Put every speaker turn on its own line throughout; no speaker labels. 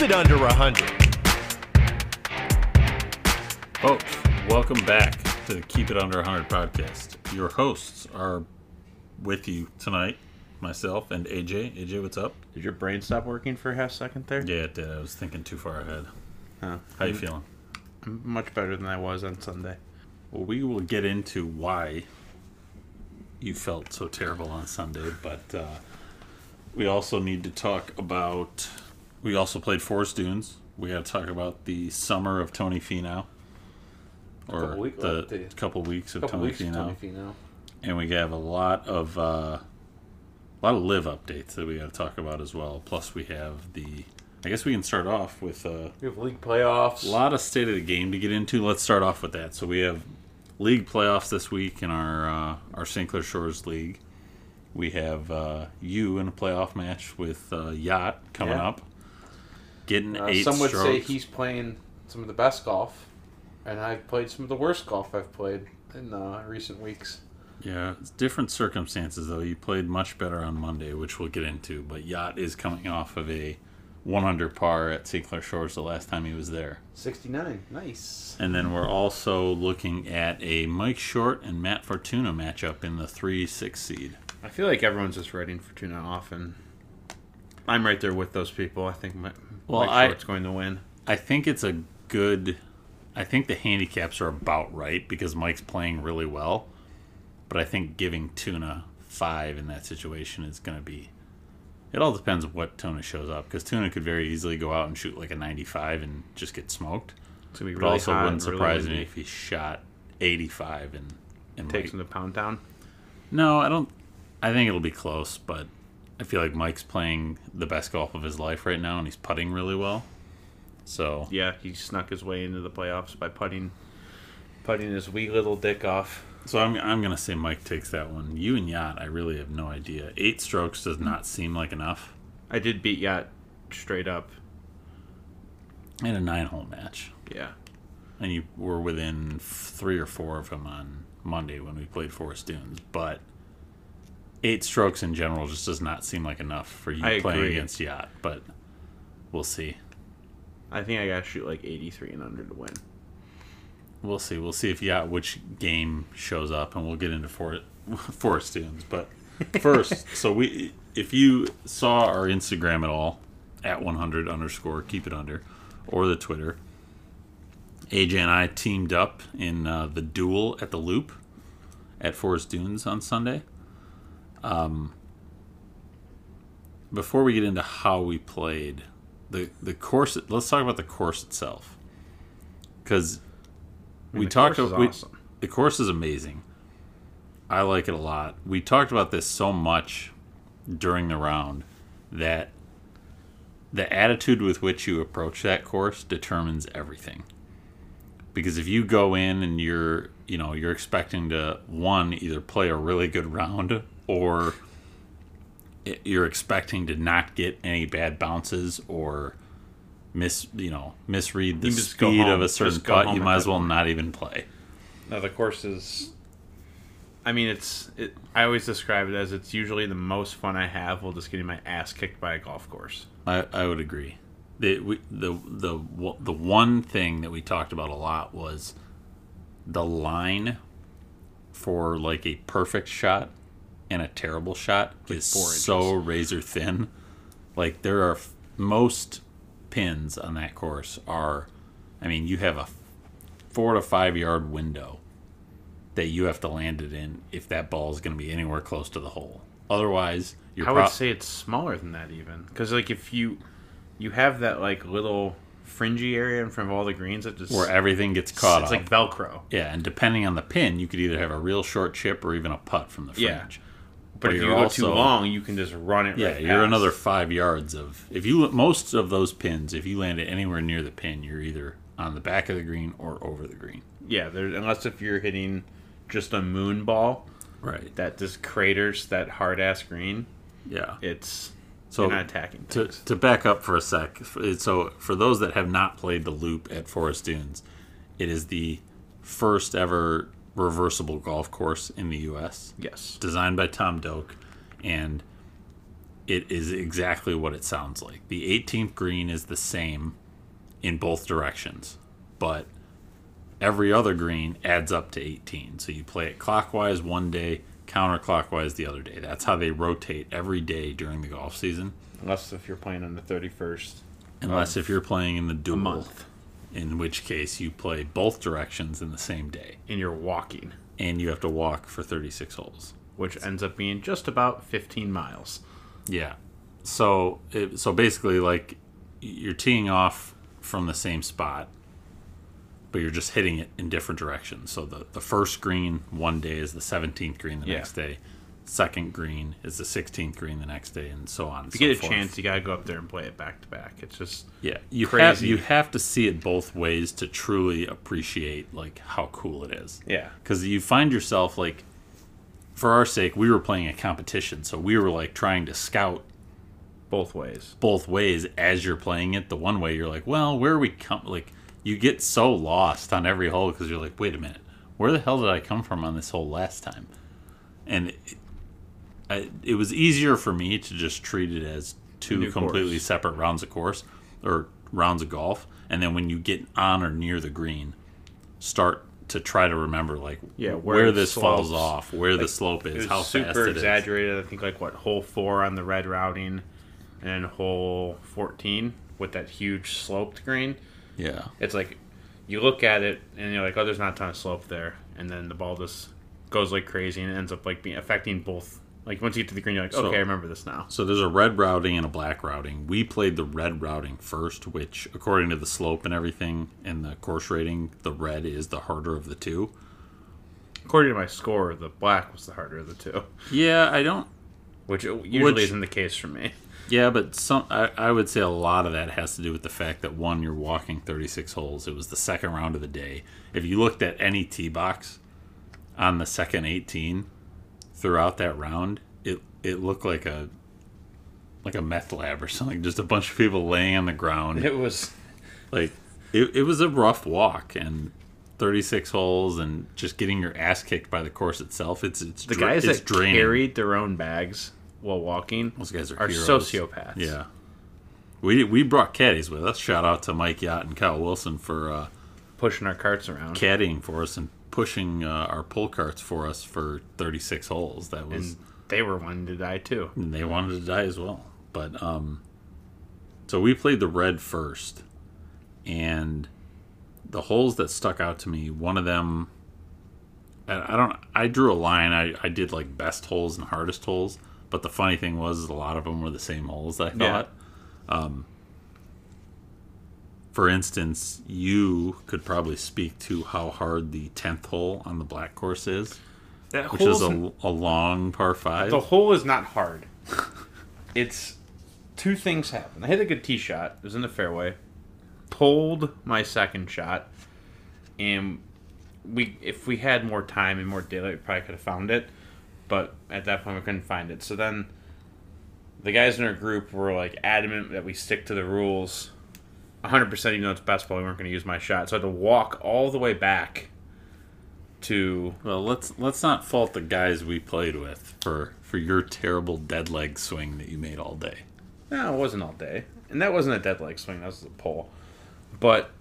it under 100.
Folks, welcome back to the Keep It Under 100 podcast. Your hosts are with you tonight, myself and AJ. AJ, what's up?
Did your brain stop working for a half second there?
Yeah, it did. I was thinking too far ahead.
Huh.
How you feeling?
I'm much better than I was on Sunday.
Well, we will get into why you felt so terrible on Sunday, but uh, we also need to talk about. We also played Forest Dunes. We got to talk about the summer of Tony Finau, or
Couple week-
the
like the-
couple weeks of
couple
Tony
weeks of
Finau.
Tony Finau.
and we have a lot of uh, a lot of live updates that we got to talk about as well. Plus, we have the. I guess we can start off with uh, a
We have league playoffs.
lot of state of the game to get into. Let's start off with that. So we have league playoffs this week in our uh, our St. Clair Shores league. We have uh, you in a playoff match with uh, Yacht coming
Yeah.
up, getting
Uh,
eight
some would say
strokes.
he's playing some of the best golf, and I've played some of the worst golf I've played in uh, recent weeks.
Yeah, it's different circumstances though. You played much better on Monday, which we'll get into. But Yacht is coming off of a one under par at St. Clair Shores the last time he was there.
69, nice.
And then we're also looking at a Mike Short and Matt Fortuna matchup in the three six seed.
I feel like everyone's just writing for tuna off, and I'm right there with those people. I think my,
Well,
Mike
I-
Short's going to win.
I think it's a good. I think the handicaps are about right because Mike's playing really well, but I think giving Tuna five in that situation is going to be. It all depends what Tuna shows up because Tuna could very easily go out and shoot like a 95 and just get smoked.
It's gonna be
But
really
also
hot
wouldn't
and really
surprise me
windy.
if he shot 85 and and
Takes
Mike-
him to pound town.
No, I don't. I think it'll be close, but I feel like Mike's playing the best golf of his life right now and he's putting really well. So
Yeah, he snuck his way into the playoffs by putting, putting his wee little dick off.
So I'm, I'm gonna say Mike takes that one. You and Yacht, I really have no idea. Eight strokes does not seem like enough
I did beat Yacht straight up.
in a nine-hole match,
Yeah,
and you were within f- three or four of him on Monday when we played Forest Dunes. But eight strokes in general just does not seem like enough for you
I
playing
agree.
against Yacht. But we'll see.
I think I got to shoot like 83 and under to win.
We'll see. We'll see if Yacht which game shows up, and we'll get into for Forest Dunes. But first, so we if you saw our Instagram at all at 100 underscore keep it under, or the Twitter, AJ and I teamed up in uh, the duel at the Loop at Forest Dunes on Sunday. Um, before we get into how we played the the course, let's talk about the course itself because we
the
talked.
course is
we-
awesome.
The course is amazing. I like it a lot. We talked about this so much during the round that the attitude with which you approach that course determines everything because if you go in and you're you know you're expecting to one either play a really good round or i- you're expecting to not get any bad bounces or miss you know misread the
You just go
speed of
home.
a certain
Just go
putt
home
you
at
might
that
as well not even play
Now the course is, I mean, it's. It, I always describe it as it's usually the most fun I have while just getting my ass kicked by a golf course.
I, I would agree. The, we, the the wo- the one thing that we talked about a lot was the line for like a perfect shot and a terrible shot is
four inches.
so razor thin. Like there are f- most pins on that course are, I mean, you have a f- four to five yard window that you have to land it in if that ball is going to be anywhere close to the hole. Otherwise, you're
I
prob-
would say it's smaller than that even, because like if you, you have that like little fringy area in front of all the greens that just
where
it's,
everything gets caught up.
like Velcro.
Yeah, and depending on the pin, you could either have a real short chip or even a putt from the fringe.
Yeah. But if
you're
you go
also-
too long, you can just run it.
Yeah,
right
you're
past.
another five yards of if you most of those pins, if you land it anywhere near the pin, you're either on the back of the green or over the green.
Yeah, there, unless if you're hitting just a moon ball
Right.
that just craters that hard ass green,
Yeah.
it's
So
you're not attacking.
to,
Things.
to back up for a sec, f- so for those that have not played the loop at Forest Dunes, it is the first ever reversible golf course in the U.S.
yes,
designed by Tom Doak, and it is exactly what it sounds like. The 18th green is the same in both directions, but every other green adds up to 18. So you play it clockwise one day, counterclockwise the other day. That's how they rotate every day during the golf season,
Unless if you're playing on the 31st.
unless if you're playing in the dual,
month.
in which case you play both directions in the same day,
And you're walking,
and you have to walk for 36 holes.
which ends up being just about 15 miles.
Yeah. So it, so basically, like you're teeing off from the same spot, but you're just hitting it in different directions. So the the first green one day is the 17th green the
Yeah.
next day. Second green is the 16th green the next day, and so on. and
If
so
you get a
forth.
chance, you got to go up there and play it back to back. It's just,
yeah, you have
Crazy.
you have to see it both ways to truly appreciate like how cool it is
yeah.
because you find yourself like for our sake we were playing a competition so we were like trying to scout
Both ways.
both ways as you're playing it. The one way you're like, well, where are we come? Like you get so lost on every hole because you're like, wait a minute, where the hell did I come from on this hole last time? And it, I, it was easier for me to just treat it as two
New
completely
course.
separate rounds of course or rounds of golf, and then when you get on or near the green, start to try to remember like
Yeah,
where,
where the
this falls
slopes-
off, where the slope
It
is,
was
how fast
super
it is.
exaggerated. I think like what hole four on the red routing, and then hole fourteen with that huge sloped green.
Yeah.
It's like you look at it and you're like, oh, there's not a ton of slope there, and then the ball just goes like crazy and it ends up like being affecting both. Like once you get to the green, you're like,
So-
okay, I remember this now.
So there's a red routing and a black routing. We played the red routing first, which, according to the slope and everything and the course rating, the red is the harder of the two.
According to my score, the black was the harder of the two,
Yeah, I don't.
which usually
Which-
isn't the case for me.
Yeah, but some. I, I would say a lot of that has to do with the fact that one, you're walking 36 holes. It was the second round of the day. If you looked at any tee box on the second 18 throughout that round, it it looked like a like a meth lab or something. Just a bunch of people laying on the ground.
It was
like it, it was a rough walk and 36 holes and just getting your ass kicked by the course itself it's it's
the
dra-
guys
it's
that carried their own bags while walking
those guys are,
are
heroes.
sociopaths.
yeah we we brought caddies with us shout out to mike yacht and kyle wilson for uh
pushing our carts around.
caddying for us and pushing uh, our pull carts for us for 36 holes that was
and they were wanting to die too.
and they wanted to die as well. But um, so we played the red first, and the holes that stuck out to me. One of them, I I don't. I drew a line. I I did like best holes and hardest holes. But the funny thing was, is a lot of them were the same holes. I thought.
Yeah.
Um, for instance, you could probably speak to how hard the tenth hole on the black course is,
That
which is a, a long par five.
the hole is not hard. it's two things happened. I hit a good tee shot. It was in the fairway. Pulled my second shot, and we if we had more time and more daylight, we probably could have found it. But at that point, we couldn't find it. So then, the guys in our group were like adamant that we stick to the rules. 100% even though it's basketball, we weren't going to use my shot. So I had to walk all the way back to
Well, let's let's not fault the guys we played with for for your terrible dead leg swing that you made all day.
No, it wasn't all day. And that wasn't a dead leg swing, that was a pull. But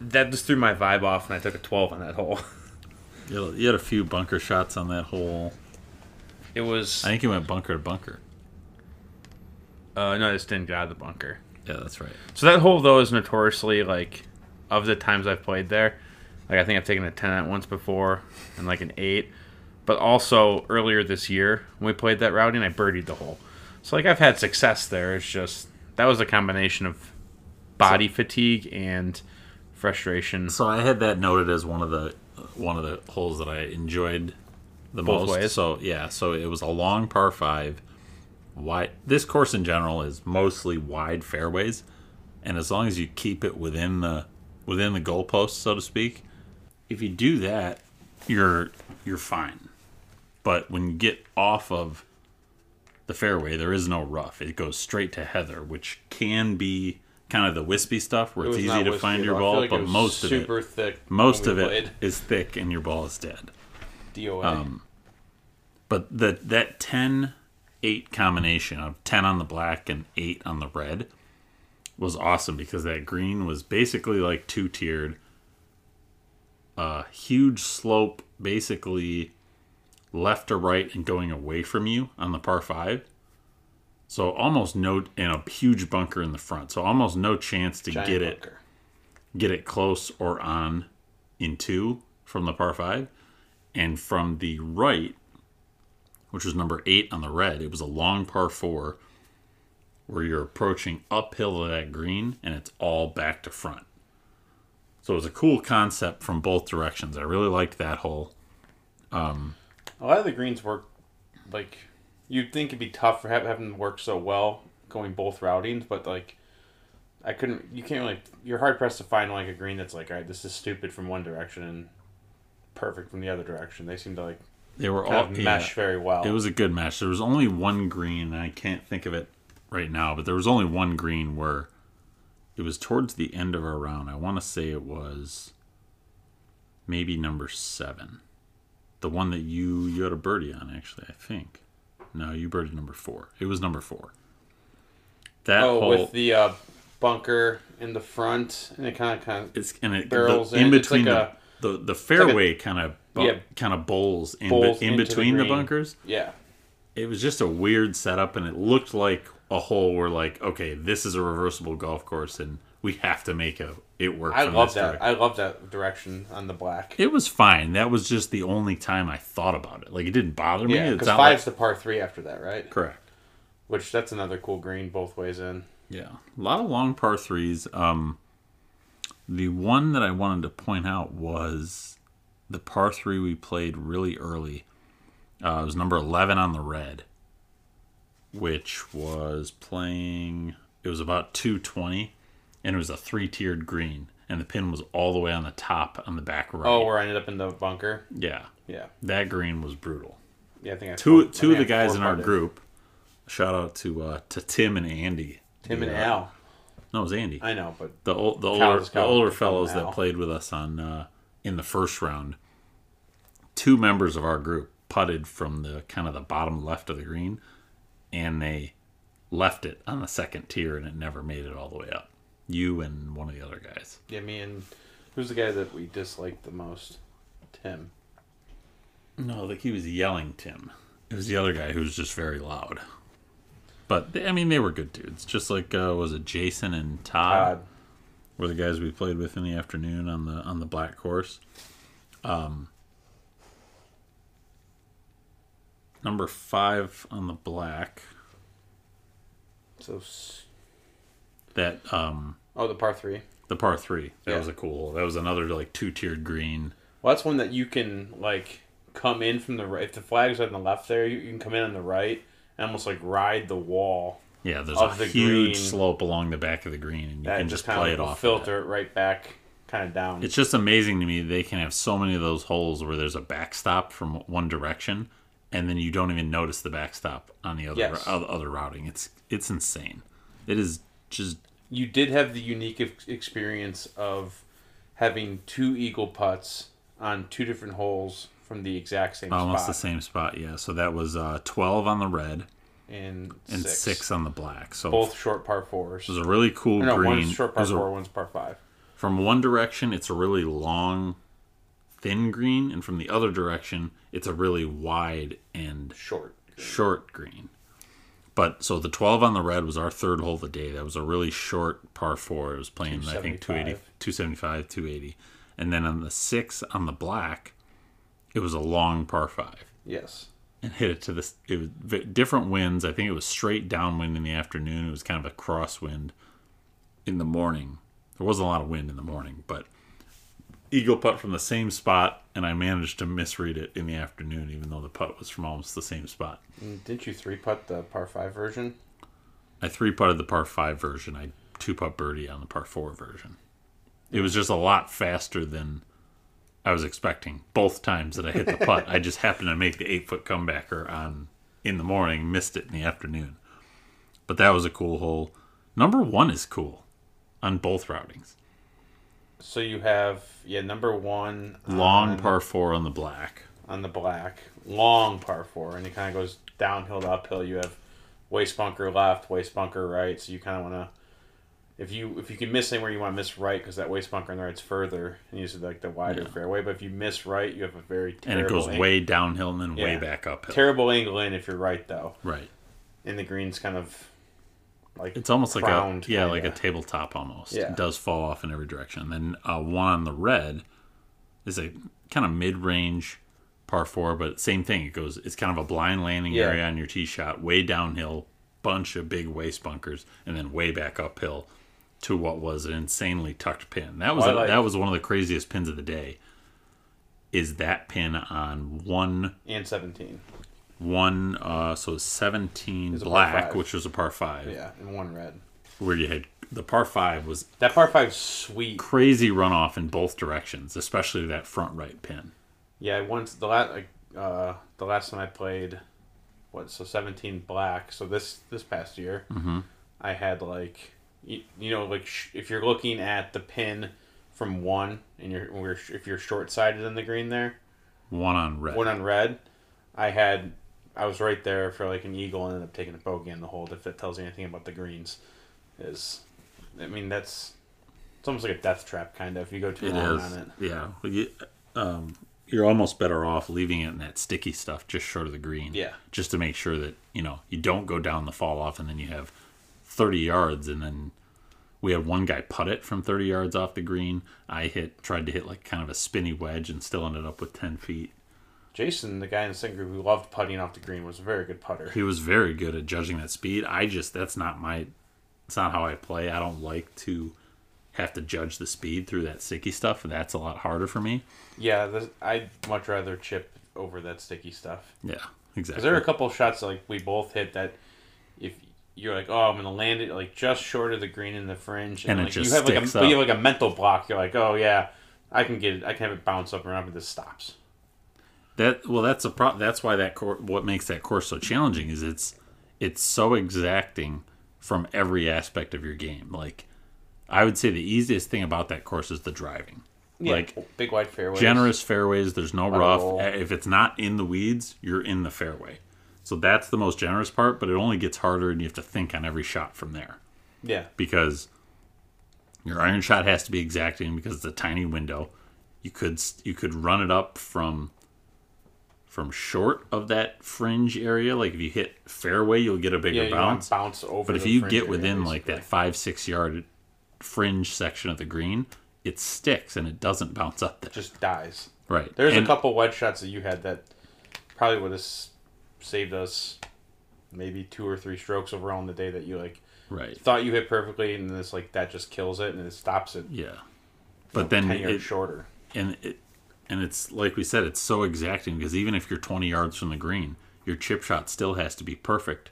that just threw my vibe off and I took a 12 on that hole.
You had- you had a few bunker shots on that hole.
It was
I think you went bunker to bunker.
uh no, I just didn't get out of the bunker.
Yeah, that's right.
So that hole though is notoriously like of the times I've played there, like I think I've taken a 10 at once before and like an 8. But also earlier this year when we played that routing, I birdied the hole. So like I've had success there. It's just that was a combination of body fatigue and frustration.
So I had that noted as one of the one of the holes that I enjoyed the
Both
most.
ways.
So yeah, so it was a long par five. Wide. This course in general is mostly wide fairways, and as long as you keep it within the within the goalpost, so to speak, if you do that, you're you're fine. But when you get off of the fairway, there is no rough. It goes straight to heather, which can be kind of the wispy stuff where
It
it's
was not
easy to
wispy
find
at all.
your
I feel
ball,
like it
but
was
most of it
super thick. when
most
we
of it
played
is thick and your ball is dead
DOA.
but that that 10 eight combination of 10 on the black and eight on the red was awesome because that green was basically like two tiered, a huge slope, basically left to right and going away from you on the par five. So almost no, and a huge bunker in the front. So almost no chance to
Giant
get it
bunker.
get it close or on in two from the par five. And from the right, which was number eight on the red, it was a long par four where you're approaching uphill to that green and it's all back to front. So it was a cool concept from both directions. I really liked that hole.
A lot of the greens work like you'd think it'd be tough for ha- having them work so well going both routings, but like I couldn't. You can't really. You're hard pressed to find like a green that's like, all right, this is stupid from one direction and perfect from the other direction. They seem to like
They were all
kind of mesh
Oh, yeah.
very well.
It was a good match. There was only one green, and I can't think of it right now, but there was only one green where it was towards the end of our round. I want to say it was maybe number seven, the one that you you had a birdie on. Actually, I think no, you birdied number four. It was number four. That
oh,
hole,
with the uh, bunker in the front, and it kind of kind of
it's and it
barrels
the,
in,
in
it's
between
like
the, the the fairway kind of bu-
yeah,
kind of bowls in,
bowls
in
into the
between the
green.
bunkers.
yeah.
it was just a weird setup and it looked like a hole where like okay this is a reversible golf course and we have to make a it work
I
from
love
this
that.
direction.
I love that direction on the black.
it was fine that was just the only time i thought about it like it didn't bother me
Yeah,
it's
because
not
five's
like,
the par three after that, right?
correct
Which that's another cool green both ways in.
Yeah, a lot of long par threes. Um, the one that I wanted to point out was the par three we played really early. Uh, it was number eleven on the red, which was playing. It was about two twenty, and it was a three tiered green, and the pin was all the way on the top on the back right.
Oh, where I ended up in the bunker.
yeah,
Yeah,
that green was brutal
yeah. I think I
two
four- I
two of
think
the
I
guys in our
four-putted.
group. Shout out to uh, to Tim and Andy.
Tim and
Yeah.
Al.
No, it was Andy.
I know, but
the old, the
Cal-
older the
Cal-
older
Cal
fellows
now.
that played with us on uh, in the first round. Two members of our group putted from the kind of the bottom left of the green, and they left it on the second tier, and it never made it all the way up. You and one of the other guys,
yeah, me and who's the guy that we disliked the most? Tim.
No, like he was yelling, Tim. It was the other guy who was just very loud. But they- I mean, they were good dudes. Just like uh, was it Jason and Todd
Todd.
were the guys we played with in the afternoon on the on the black course. Um, number five on the black.
So s-
That um,
oh, the par three.
the par three. That
Yeah.
was a cool. hole. That was another like two tiered green.
Well, that's one that you can like come in from the right. If the flag's on the left there, you, you can come in on the right and almost like ride the wall.
Yeah, there's
Of
a
the
huge
green.
slope along the back of the green, and you
That
can
and
just
just kind
play
of
it off. of that.
filter it right back, kind of down.
It's just amazing to me they can have so many of those holes where there's a backstop from one direction, and then you don't even notice the backstop on the other
Yes.
other, other routing. It's it's insane. It is just
you did have the unique ex- experience of having two eagle putts on two different holes from the exact same
almost
spot
the same spot. Yeah. So that was uh, twelve on the red
and,
and
six.
six, on the black. So
both short par fours.
it was a really cool
No,
green.
one's short
It
par
was a-
four, one's par five.
from one direction, it's a really long, thin green, and from the other direction, it's a really wide and
Short.
short green. But so the 12 on the red was our third hole of the day. That was a really short par four. It was playing, I think, 280, 275, 280. And then on the six on the black, it was a long par five
Yes.
and hit it to this. It was v- different winds. I think it was straight downwind in the afternoon. It was kind of a crosswind in the morning. There wasn't a lot of wind in the morning, but eagle putt from the same spot, and I managed to misread it in the afternoon, even though the putt was from almost the same spot.
And didn't you three putt the par five version?
I three putted the par five version. I two putt birdie on the par four version. It was just a lot faster than I was expecting. Both times that I hit the putt, I just happened to make the eight foot comebacker on in the morning, missed it in the afternoon. But that was a cool hole. Number one is cool on both routings.
So you have yeah number one
Long
on,
par four on the black.
on the black, long par four, and it kind of goes downhill to uphill. You have waste bunker left, waste bunker right. So you kind of want to, if you if you can miss anywhere, you want to miss right because that waste bunker on the right's further and you see like the wider fairway. But if you miss right, you have a very
and
terrible
it goes
ang-
way downhill and then way
Yeah.
back uphill.
terrible angle in if you're right though.
right.
And the green's kind of like
It's almost like
crowned,
a yeah, like a
kinda.
tabletop almost.
Yeah.
It does fall off in every direction. Then uh, one on the red is a kind of mid-range par four, but same thing. It goes. It's kind of a blind landing
Yeah.
area on your tee shot, way downhill, bunch of big waste bunkers, and then way back uphill to what was an insanely tucked pin. That was
Oh, I like-
that was one of the craziest pins of the day. Is that pin on one
and seventeen.
one uh so seventeen
It's a par
black,
five.
which was a par five,
Yeah, and one red.
where you had the par five was
That par five's sweet.
crazy runoff in both directions, especially that front right pin.
Yeah, once the last like, uh, the last time I played, what so seventeen black. So this this past year,
Mm-hmm.
I had like you, you know like sh- if you're looking at the pin from one and you're we're sh- if you're short sighted in the green there,
One on red.
one on red, I had I was right there for like an eagle and ended up taking a bogey in the hole. If that tells you anything about the greens, is I mean that's it's almost like a death trap kind of. If you go too
It
long
is.
on it.
Yeah. Well, you- um, you're almost better off leaving it in that sticky stuff just short of the green.
Yeah.
Just to make sure that, you know, you don't go down the fall off and then you have 30 yards and then we had one guy putt it from 30 yards off the green. I hit, tried to hit like kind of a spinny wedge and still ended up with 10 feet.
Jason, the guy in the second group who loved putting off the green, was a very good putter.
He was very good at judging that speed. I just that's not my it's not how I play. I don't like to have to judge the speed through that sticky stuff. That's a lot harder for me.
Yeah, this, I'd much rather chip over that sticky stuff.
Yeah,
Because
exactly.
there are a couple of shots like we both hit that if you're like, oh, I'm gonna land it like just short of the green in the fringe,
And it
like,
just
you have like
sticks
a
up.
you have like a mental block. You're like, oh yeah, I can get it. I can have it bounce up and up, and this stops.
That well, that's a pro. That's why that course. What makes that course so challenging is it's it's so exacting from every aspect of your game. Like I would say the easiest thing about that course is the driving.
Yeah,
Like
big wide fairways.
generous fairways. There's no
of
rough.
roll.
If it's not in the weeds, you're in the fairway. So that's the most generous part, but it only gets harder, and you have to think on every shot from there
Yeah,
because your iron shot has to be exacting because it's a tiny window. You could s- you could run it up from from short of that fringe area. Like if you hit fairway, you'll get a
yeah,
bigger
you want
bounce.
to bounce over.
But if
the
you
fringe
get
area,
within like
basically.
that five six yard fringe section of the green, it sticks and it doesn't bounce up there.
just dies.
Right.
There's
And-
a couple wedge shots that you had that probably would have s- saved us maybe two or three strokes overall on the day that you like
Right.
thought you hit perfectly, and this like that just kills it and it stops it
Yeah. But then
ten yards
it,
shorter.
and it and it's like we said, it's so exacting because even if you're 20 yards from the green, your chip shot still has to be perfect.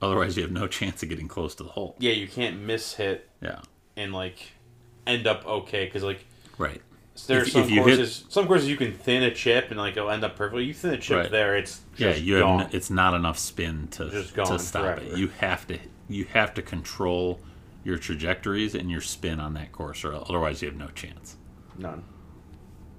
Otherwise, you have no chance of getting close to the hole.
Yeah, you can't miss hit
Yeah.
and like end up okay because like
Right.
there are
If-
some
if you hit-
courses. Some courses you can thin a chip and like it'll end up perfectly. You thin a chip
Right.
there, it's
Yeah,
just
you have
gone.
n- it's not enough spin to
Just
to
gone
stop it.
forever.
You have to you have to control your trajectories and your spin on that course or otherwise you have no chance.
None.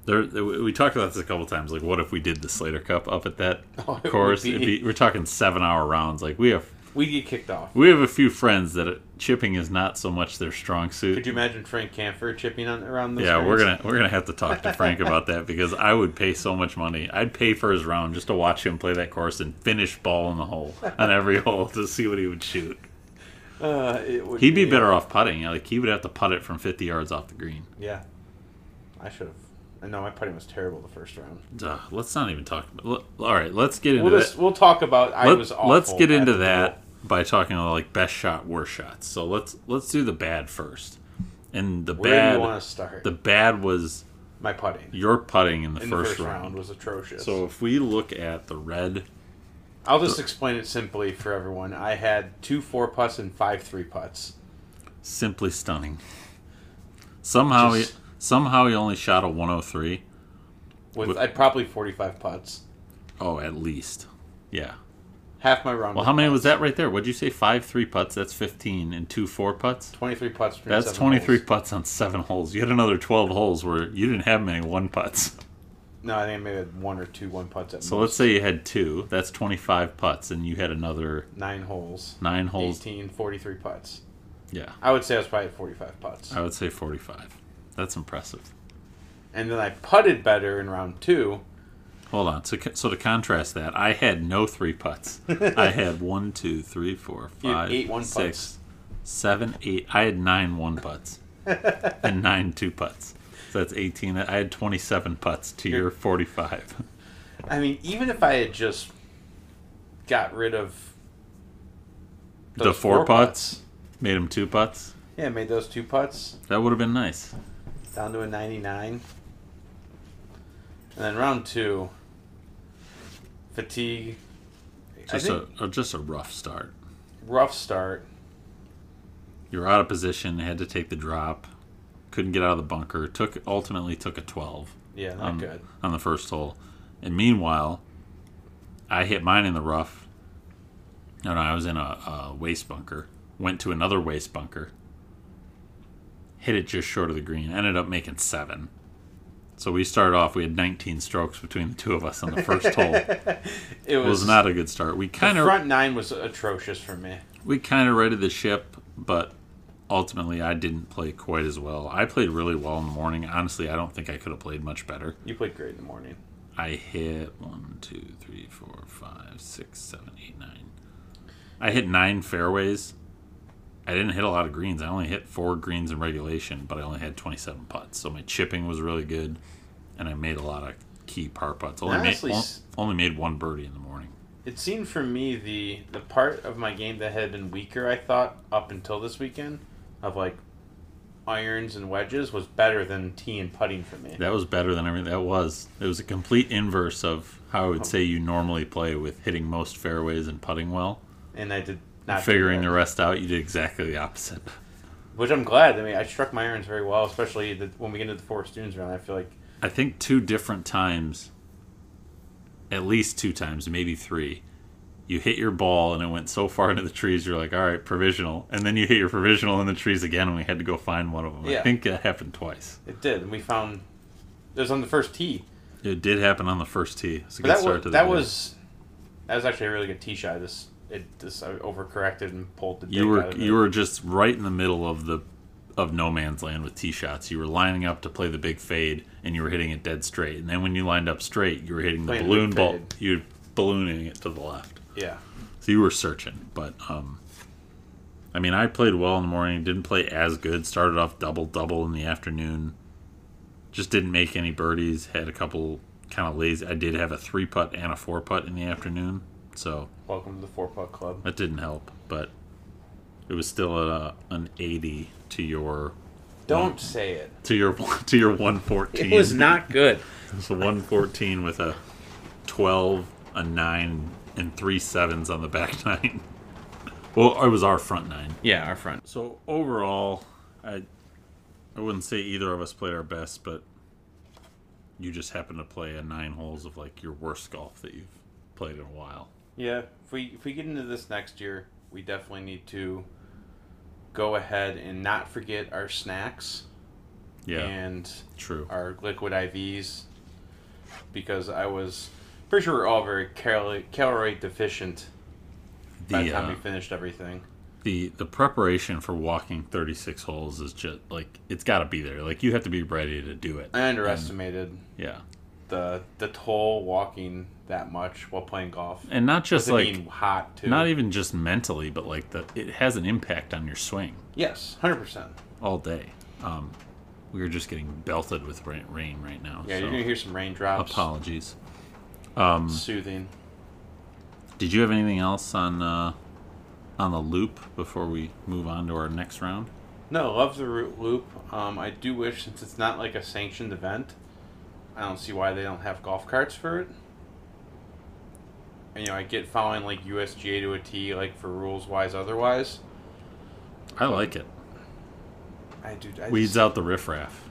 There, there- we talked about this a couple times. Like, what if we did the Slater Cup up at that
Oh, it would
course?
be-
It'd be, we're talking seven-hour rounds. Like, we have
We get kicked off.
We have a few friends that it- chipping is not so much their strong
Could
suit.
you imagine Frank Camphor chipping on around this?
Yeah, we're gonna we're gonna have to talk to Frank about that because I would pay so much money. I'd pay for his round just to watch him play that course and finish ball in the hole on every hole to see what he would shoot.
Uh, it would
He'd be better off putting. Like he would have to putt it from 50 yards off the green.
Yeah. I should have. I know my putting was terrible the first round.
Duh, let's not even talk. about l- All right, let's get into
We'll just
that.
we'll talk about I
Let,
was awful.
let's get
at
into
the
that by talking about like best shot, worst shots. So let's let's do the bad first. And the
pool. Where do
bad
you want to start?
the bad was
my putting
your putting in the,
in
first,
the first round.
round.
was atrocious.
So if we look at the red,
I'll just explain it simply for everyone. I had two four putts and five three putts.
simply stunning. Somehow,
Just-
he, somehow he only shot a 103.
With,
With-
I probably forty five putts.
Oh, at least, yeah.
Half my round.
Well, how many was that right there? What'd you say? Five three putts. That's 15 and two four putts.
Twenty three putts. between
That's
seven
23
holes.
putts on seven holes. You had another 12 holes where you didn't have many one putts.
No, I think I maybe had one or two one putts at
So
most.
let's say you had two. That's 25 putts, and you had another
nine holes,
nine holes.
18, 43 putts.
Yeah,
I would say I was probably at 45 putts.
I would say 45. That's impressive.
And then I putted better in round two.
Hold on. So, so to contrast that, I had no three putts. I had one, two, three, four,
You had
five,
eight one
six, seven, eight. I had nine one putts and nine two putts. So that's 18. I had 27 putts to your 45.
I mean, even if I had just got rid of
The
those
four putts, made him two putts.
yeah, made those two putts
That would have been nice.
down to a 99. And then round two, fatigue. I
Just
think
a, a just a rough start.
rough start.
You're out of position. Had to take the drop. Couldn't get out of the bunker. Took ultimately took a 12.
Yeah, not
on,
good.
on the first hole. And meanwhile, I hit mine in the rough. No, no, I was in a, a waste bunker. Went to another waste bunker. Hit it just short of the green. Ended up making seven. So we started off. We had 19 strokes between the two of us on the first hole. It
It was,
was not a good start. We kind
the
of
front nine was atrocious for me.
we kind of righted the ship, but ultimately I didn't play quite as well. I played really well in the morning. Honestly, I don't think I could have played much better.
You played great in the morning.
I hit one, two, three, four, five, six, seven, eight, nine. I hit nine fairways. I didn't hit a lot of greens. I only hit four greens in regulation, but I only had 27 putts. So my chipping was really good, and I made a lot of key par putts. Only,
Honestly,
made, on-
s-
only made one birdie in the morning.
It seemed for me the the part of my game that had been weaker, I thought, up until this weekend, of like irons and wedges, was better than tee and putting for me.
That was better than everything. That was. It was a complete inverse of how
Oh.
I would say you normally play with hitting most fairways and putting well.
And I did not do
Figuring
that.
the rest out, you did exactly the opposite.
which I'm glad. I mean, I struck my irons very well, especially the, when we get into the Forest Dunes round. I feel like
I think two different times, at least two times, maybe three, you hit your ball and it went so far into the trees, you're like, all right, provisional. And then you hit your provisional in the trees again, and we had to go find one of them. I
Yeah.
think that happened twice.
it did, and we found it was on the first tee.
It did happen on the first tee. It's a
But
good
that
start
was
to the
that
day.
was that was actually a really good tee shot. I just it just I overcorrected and pulled the.
You
dick
were
out of
you
it.
were just right in the middle of the of no man's land with tee shots. You were lining up to play the big fade, and you were hitting it dead straight. And then when you lined up straight, you were hitting the
Playing the
balloon
big
ball.
fade.
You ballooning it to the left.
yeah.
So you were searching, but um, I mean, I played well in the morning. Didn't play as good. Started off double double in the afternoon. Just didn't make any birdies. Had a couple kind of lazy. I did have a three putt and a four putt in the afternoon, so
Welcome to the four putt club.
that didn't help. But it was still a, an eighty to your
Don't say it.
to your to your one fourteen.
It was not good.
It's a 114 with a 12, a 9, and three sevens on the back nine. Well, it was our front nine.
Yeah, our front.
So overall, I I wouldn't say either of us played our best, but you just happened to play a nine holes of like your worst golf that you've played in a while.
Yeah, if we if we get into this next year, we definitely need to go ahead and not forget our snacks
Yeah,
and
true.
our liquid IVs because I was pretty sure we're all very calorie, calorie deficient by the
The,
time
uh,
we finished everything.
the the preparation for walking 36 holes is just like it's got to be there. Like you have to be ready to do it.
I underestimated
Yeah,
the the toll walking that much while playing golf.
and not
With
just
it
like
being hot too.
not e- even just mentally, but like the it has an impact on your swing
yes, hundred percent.
all day. Um, we are just getting belted with rain, rain right now.
Yeah,
so
you're gonna hear some raindrops.
apologies.
Soothing.
Did you have anything else on uh, on the loop before we move on to our next round?
No, love the root loop. Um, I do wish since it's not like a sanctioned event, I don't see why they don't have golf carts for it. And, you know, I get following like USGA to a T, like for rules wise. Otherwise,
I like it.
I do. I
Weeds
just-
out the riffraff.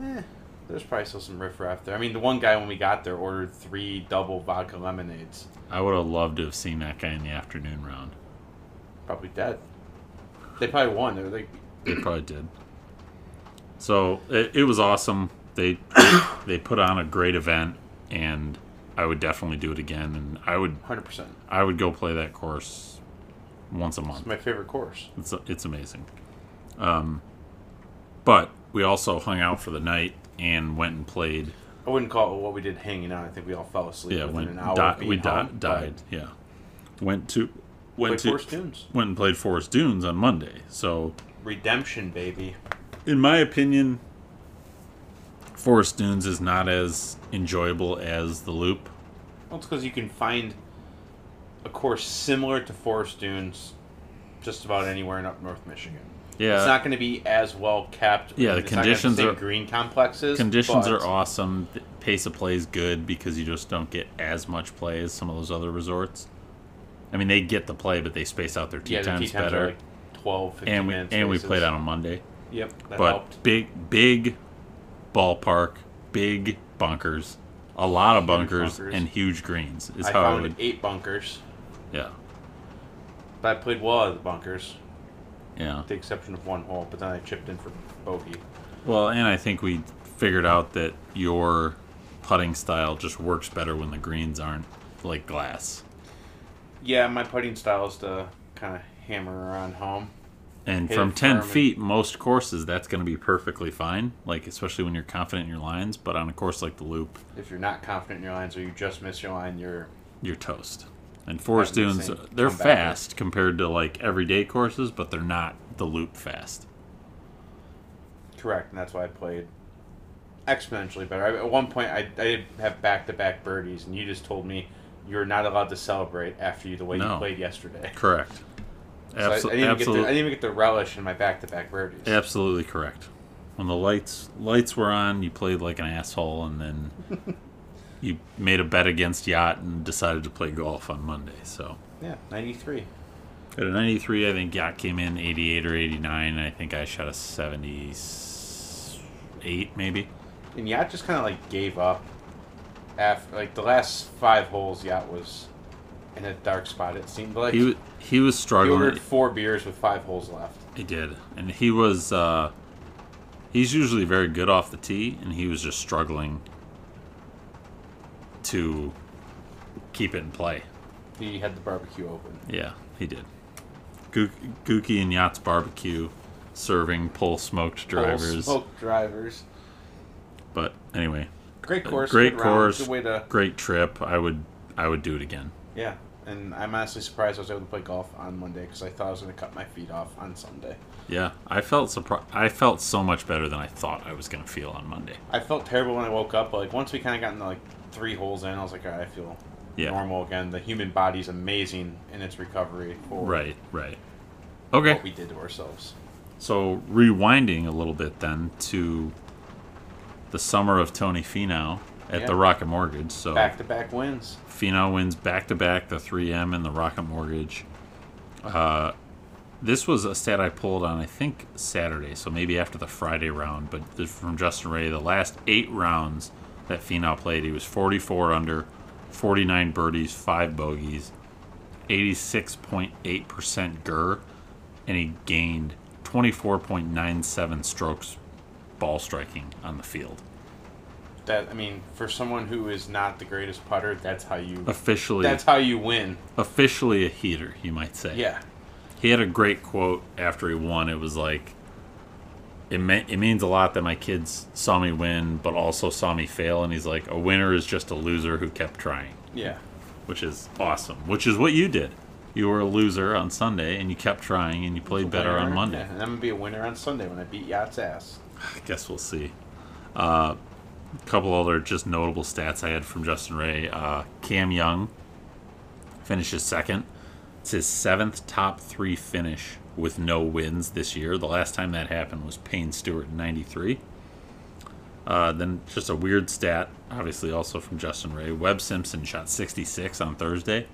eh, there's probably still some riffraff there. I mean, the one guy when we got there ordered three double vodka lemonades.
I would have loved to have seen that guy in the afternoon round.
Probably dead. They probably won. They're like,
They probably did. So it, it was awesome. they they put on a great event, and I would definitely do it again. And I would
Hundred percent.
I would go play that course once a month.
It's my favorite course.
It's it's amazing. Um, but we also hung out for the night and went and played.
I wouldn't call it what we did hanging out. I think we all fell asleep
Yeah,
within
went
an hour.
di-
of being
we di-
home, but
died. Yeah, went to went
Played
to
Forest Dunes.
went and played Forest Dunes on Monday. So
Redemption, baby.
in my opinion, Forest Dunes is not as enjoyable as the Loop.
Well, it's because you can find a course similar to Forest Dunes just about anywhere in up north Michigan.
Yeah,
it's not going to be as well kept.
Yeah, the
it's not gonna have
conditions
the same
are-
green complexes.
conditions
but
are awesome. The pace of play is good because you just don't get as much play as some of those other resorts. I mean, they get the play, but they space out their tee
Yeah, the
times
tee times
better.
are like 12, 15
and we
minutes.
and we
races.
played on a Monday,
Yep, that
but
helped.
big big ballpark, big bunkers, a lot of bunkers,
bunkers.
and huge greens is
I
how I
found
would.
eight bunkers,
Yeah,
but I played well out of the bunkers,
yeah.
with the exception of one hole. But then I chipped in for bogey.
Well, and I think we figured out that your putting style just works better when the greens aren't like glass.
Yeah, my putting style is to kind of hammer around home.
And
Hit
from
it
10
firm and-
feet, most courses, that's going to be perfectly fine, like especially when you're confident in your lines. But on a course like the Loop,
If you're not confident in your lines or you just miss your line, you're
you're toast. And Forest
That makes
Dunes,
sense.
they're
Come back.
fast compared to like everyday courses, but they're not the Loop fast.
correct, and that's why I played exponentially better. I, at one point, I, I did have back to back birdies, and you just told me you're not allowed to celebrate after you the way
No.
you played yesterday.
Correct.
So I-
Absol-
I, didn't even get the, I
absolute-
didn't even get the relish in my back to back birdies.
Absolutely correct. When the lights lights were on, you played like an asshole, and then you made a bet against yacht and decided to play golf on Monday. So
Yeah, 93.
at a 93, I think yacht came in 88 or 89. and I think I shot a 78, maybe.
And Yacht just kind of like gave up. After like the last five holes, Yacht was in a dark spot. It seemed like
He wa- he was
he
struggling.
ordered four beers with five holes left.
He did, and he was. Uh, he's usually very good off the tee, and he was just struggling to keep it in play.
He had the barbecue open.
Yeah, he did. Gook- Gookie and Yachts Barbecue serving pole smoked drivers.
smoke drivers.
But anyway,
Great course.
Uh, great
good round,
course.
Good way to
great trip. I would I would do it again.
yeah. And I'm honestly surprised I was able to play golf on Monday because I thought I was going to cut my feet off on Sunday.
Yeah, I felt surpri- I felt so much better than I thought I was going to feel on Monday.
I felt terrible when I woke up. But, like once we kind of got into like three holes in, I was like, all right, I feel
Yeah.
normal again. The human body's amazing in its recovery for
Right, right.
what
Okay.
we did to ourselves.
So rewinding a little bit then to the summer of Tony Finau at
Yeah.
the Rocket Mortgage. So
Back to back wins.
Finau wins back to back the 3M and the Rocket Mortgage. Uh, this was a stat I pulled on I think Saturday, so maybe after the Friday round. But this from Justin Ray, the last eight rounds that Finau played, he was 44 under, 49 birdies, five bogeys, 86.8 percent GER, and he gained 24.97 strokes ball striking on the field.
That I mean, for someone who is not the greatest putter, that's how you.
Officially,
That's how you win.
officially a heater, you might say.
Yeah.
He had a great quote after he won. It was like, it, me- it means a lot that my kids saw me win, but also saw me fail. And he's like, a winner is just a loser who kept trying,
Yeah.
which is awesome, which is what you did. You were a loser on Sunday and you kept trying and you played better on
Winner,
Monday.
yeah, and I'm gonna be a winner on Sunday when I beat Yacht's ass.
I guess we'll see. A couple other just notable stats I had from Justin Ray. Uh, Cam Young finishes second. It's his seventh top three finish with no wins this year. The last time that happened was Payne Stewart in 93. Uh, then just a weird stat, obviously also from Justin Ray. Webb Simpson shot 66 on Thursday.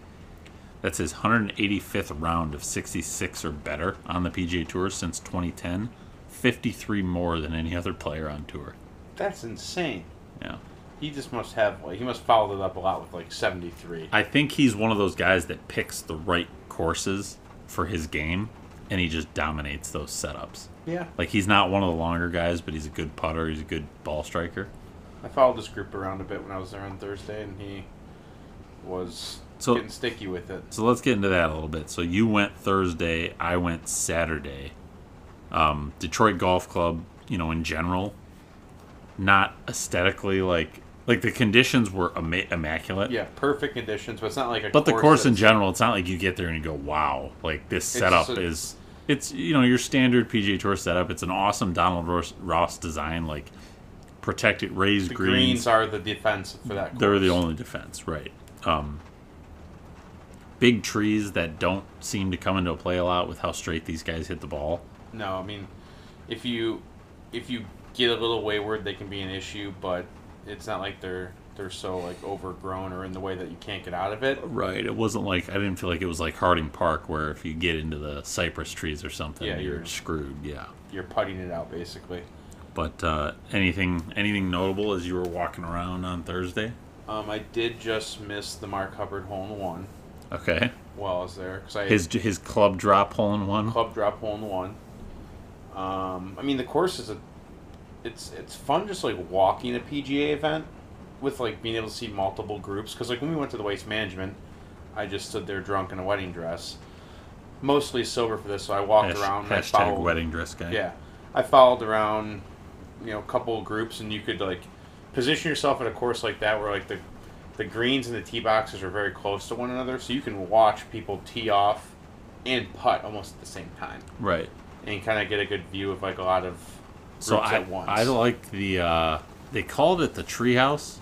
That's his 185th round of 66 or better on the PGA Tour since 2010. 53 more than any other player on tour.
That's insane.
Yeah.
He just must have. Like, he must followed it up a lot with like 73.
I think he's one of those guys that picks the right courses for his game and he just dominates those setups.
Yeah.
Like he's not one of the longer guys, but he's a good putter. He's a good ball striker.
I followed this group around a bit when I was there on Thursday, and he was
So-
getting sticky with it.
So let's get into that a little bit. So you went Thursday, I went Saturday. Um, Detroit Golf Club, you know, in general, not aesthetically like like the conditions were imma- immaculate.
Yeah, perfect conditions, but it's not like a.
But the course in
that's-
general, it's not like you get there and you go, "Wow!" Like this setup
just a-
is, it's you know your standard PGA Tour setup. It's an awesome Donald Ross, Ross design, like protected raised
the greens,
greens.
are the defense for that. Course.
They're the only defense, right? Um, big trees that don't seem to come into play a lot with how straight these guys hit the ball.
No, I mean, if you if you get a little wayward, they can be an issue, but it's not like they're they're so like overgrown or in the way that you can't get out of it.
Right. It wasn't like I didn't feel like it was like Harding Park where if you get into the cypress trees or something,
Yeah,
you're
you're-
screwed. Yeah.
You're putting it out basically.
But uh, anything anything notable as you were walking around on Thursday?
Um, I did just miss the Mark Hubbard hole in one
Okay.
while I was there because I
His his club drop hole in one.
club drop hole in one. Um, I mean the course is a, it's it's fun just like walking a PGA event, with like being able to see multiple groups because like when we went to the waste management, I just stood there drunk in a wedding dress, mostly sober for this. So I walked
Hash-
around. and I
hashtag
followed,
wedding dress guy.
Yeah, I followed around, you know, a couple of groups, and you could like position yourself at a course like that where like the the greens and the tee boxes are very close to one another, so you can watch people tee off and putt almost at the same time,
Right.
and kind of get a good view of like a lot of groups
So I
at once.
I like the uh, they called it the treehouse.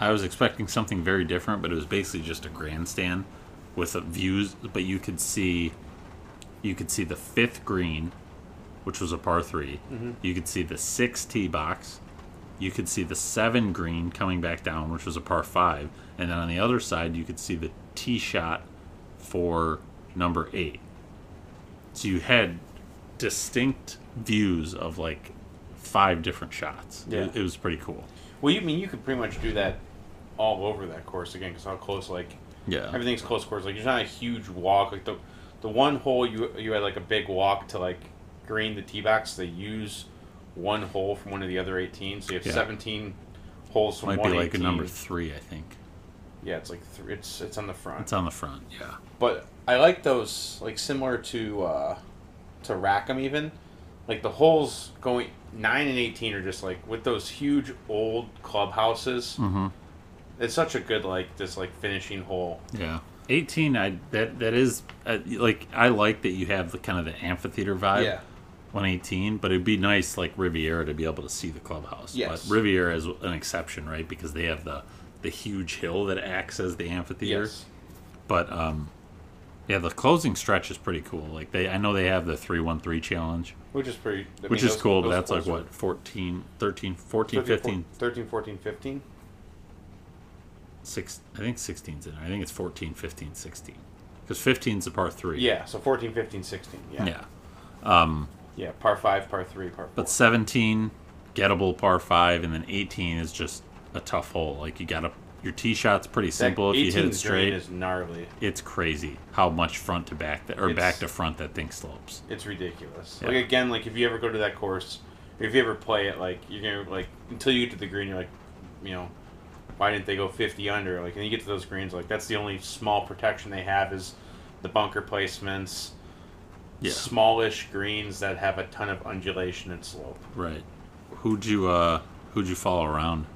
I was expecting something very different, but it was basically just a grandstand with a views. But you could see, you could see the fifth green, which was a par 3
Mm-hmm.
You could see the sixth tee box. You could see the seven green coming back down, which was a par five, and then on the other side you could see the tee shot for number eight. So you had distinct views of like five different shots.
Yeah.
It, it was pretty cool.
well, you mean you could pretty much do that all over that course again because how close like
Yeah.
everything's close course. Like there's not a huge walk. Like the the one hole you you had like a big walk to like green the tee box. They use one hole from one of the other eighteen, so you have
Yeah.
seventeen holes from
Might
one
be like a
18.
number three, I think.
yeah, it's like th- it's it's on the front.
It's on the front. Yeah.
but I like those like similar to uh to Rackham even. Like the holes going nine and eighteen are just like with those huge old clubhouses.
Mm-hmm.
It's such a good like this like finishing hole.
Yeah. 18 I that that is uh, like I like that you have the kind of the amphitheater vibe
Yeah.
on 18, but it'd be nice like Riviera to be able to see the clubhouse.
Yes.
But Riviera is an exception, right? Because they have the the huge hill that acts as the amphitheater.
Yes.
But um yeah, the closing stretch is pretty cool. Like they I know they have the 313 challenge,
Which is pretty I
which
mean,
is
those-
cool, but
those
that's like
holes are-
what 14 13 14
13,
15
13, 14, 15.
six, I think 16's in. there. I think it's 14 15 16. Cuz 15's a part 3.
Yeah, so 14, 15, 16. Yeah. yeah.
Yeah.
par 5, par 3, par 4.
But 17, gettable par 5, and then 18 is just a tough hole. Like, you gotta, your tee shot's pretty simple if you hit
18
it
green
straight.
is gnarly.
it's crazy how much front to back, that, or
It's-
back to front that thing slopes.
It's ridiculous.
Yeah.
Like, again, like, if you ever go to that course, or if you ever play it, like, you're going to, like, until you get to the green, you're like, you know, why didn't they go 50 under? Like, and you get to those greens, like, that's the only small protection they have is the bunker placements,
Yeah.
smallish greens that have a ton of undulation and slope.
Right. Who'd you, uh, who'd you follow around?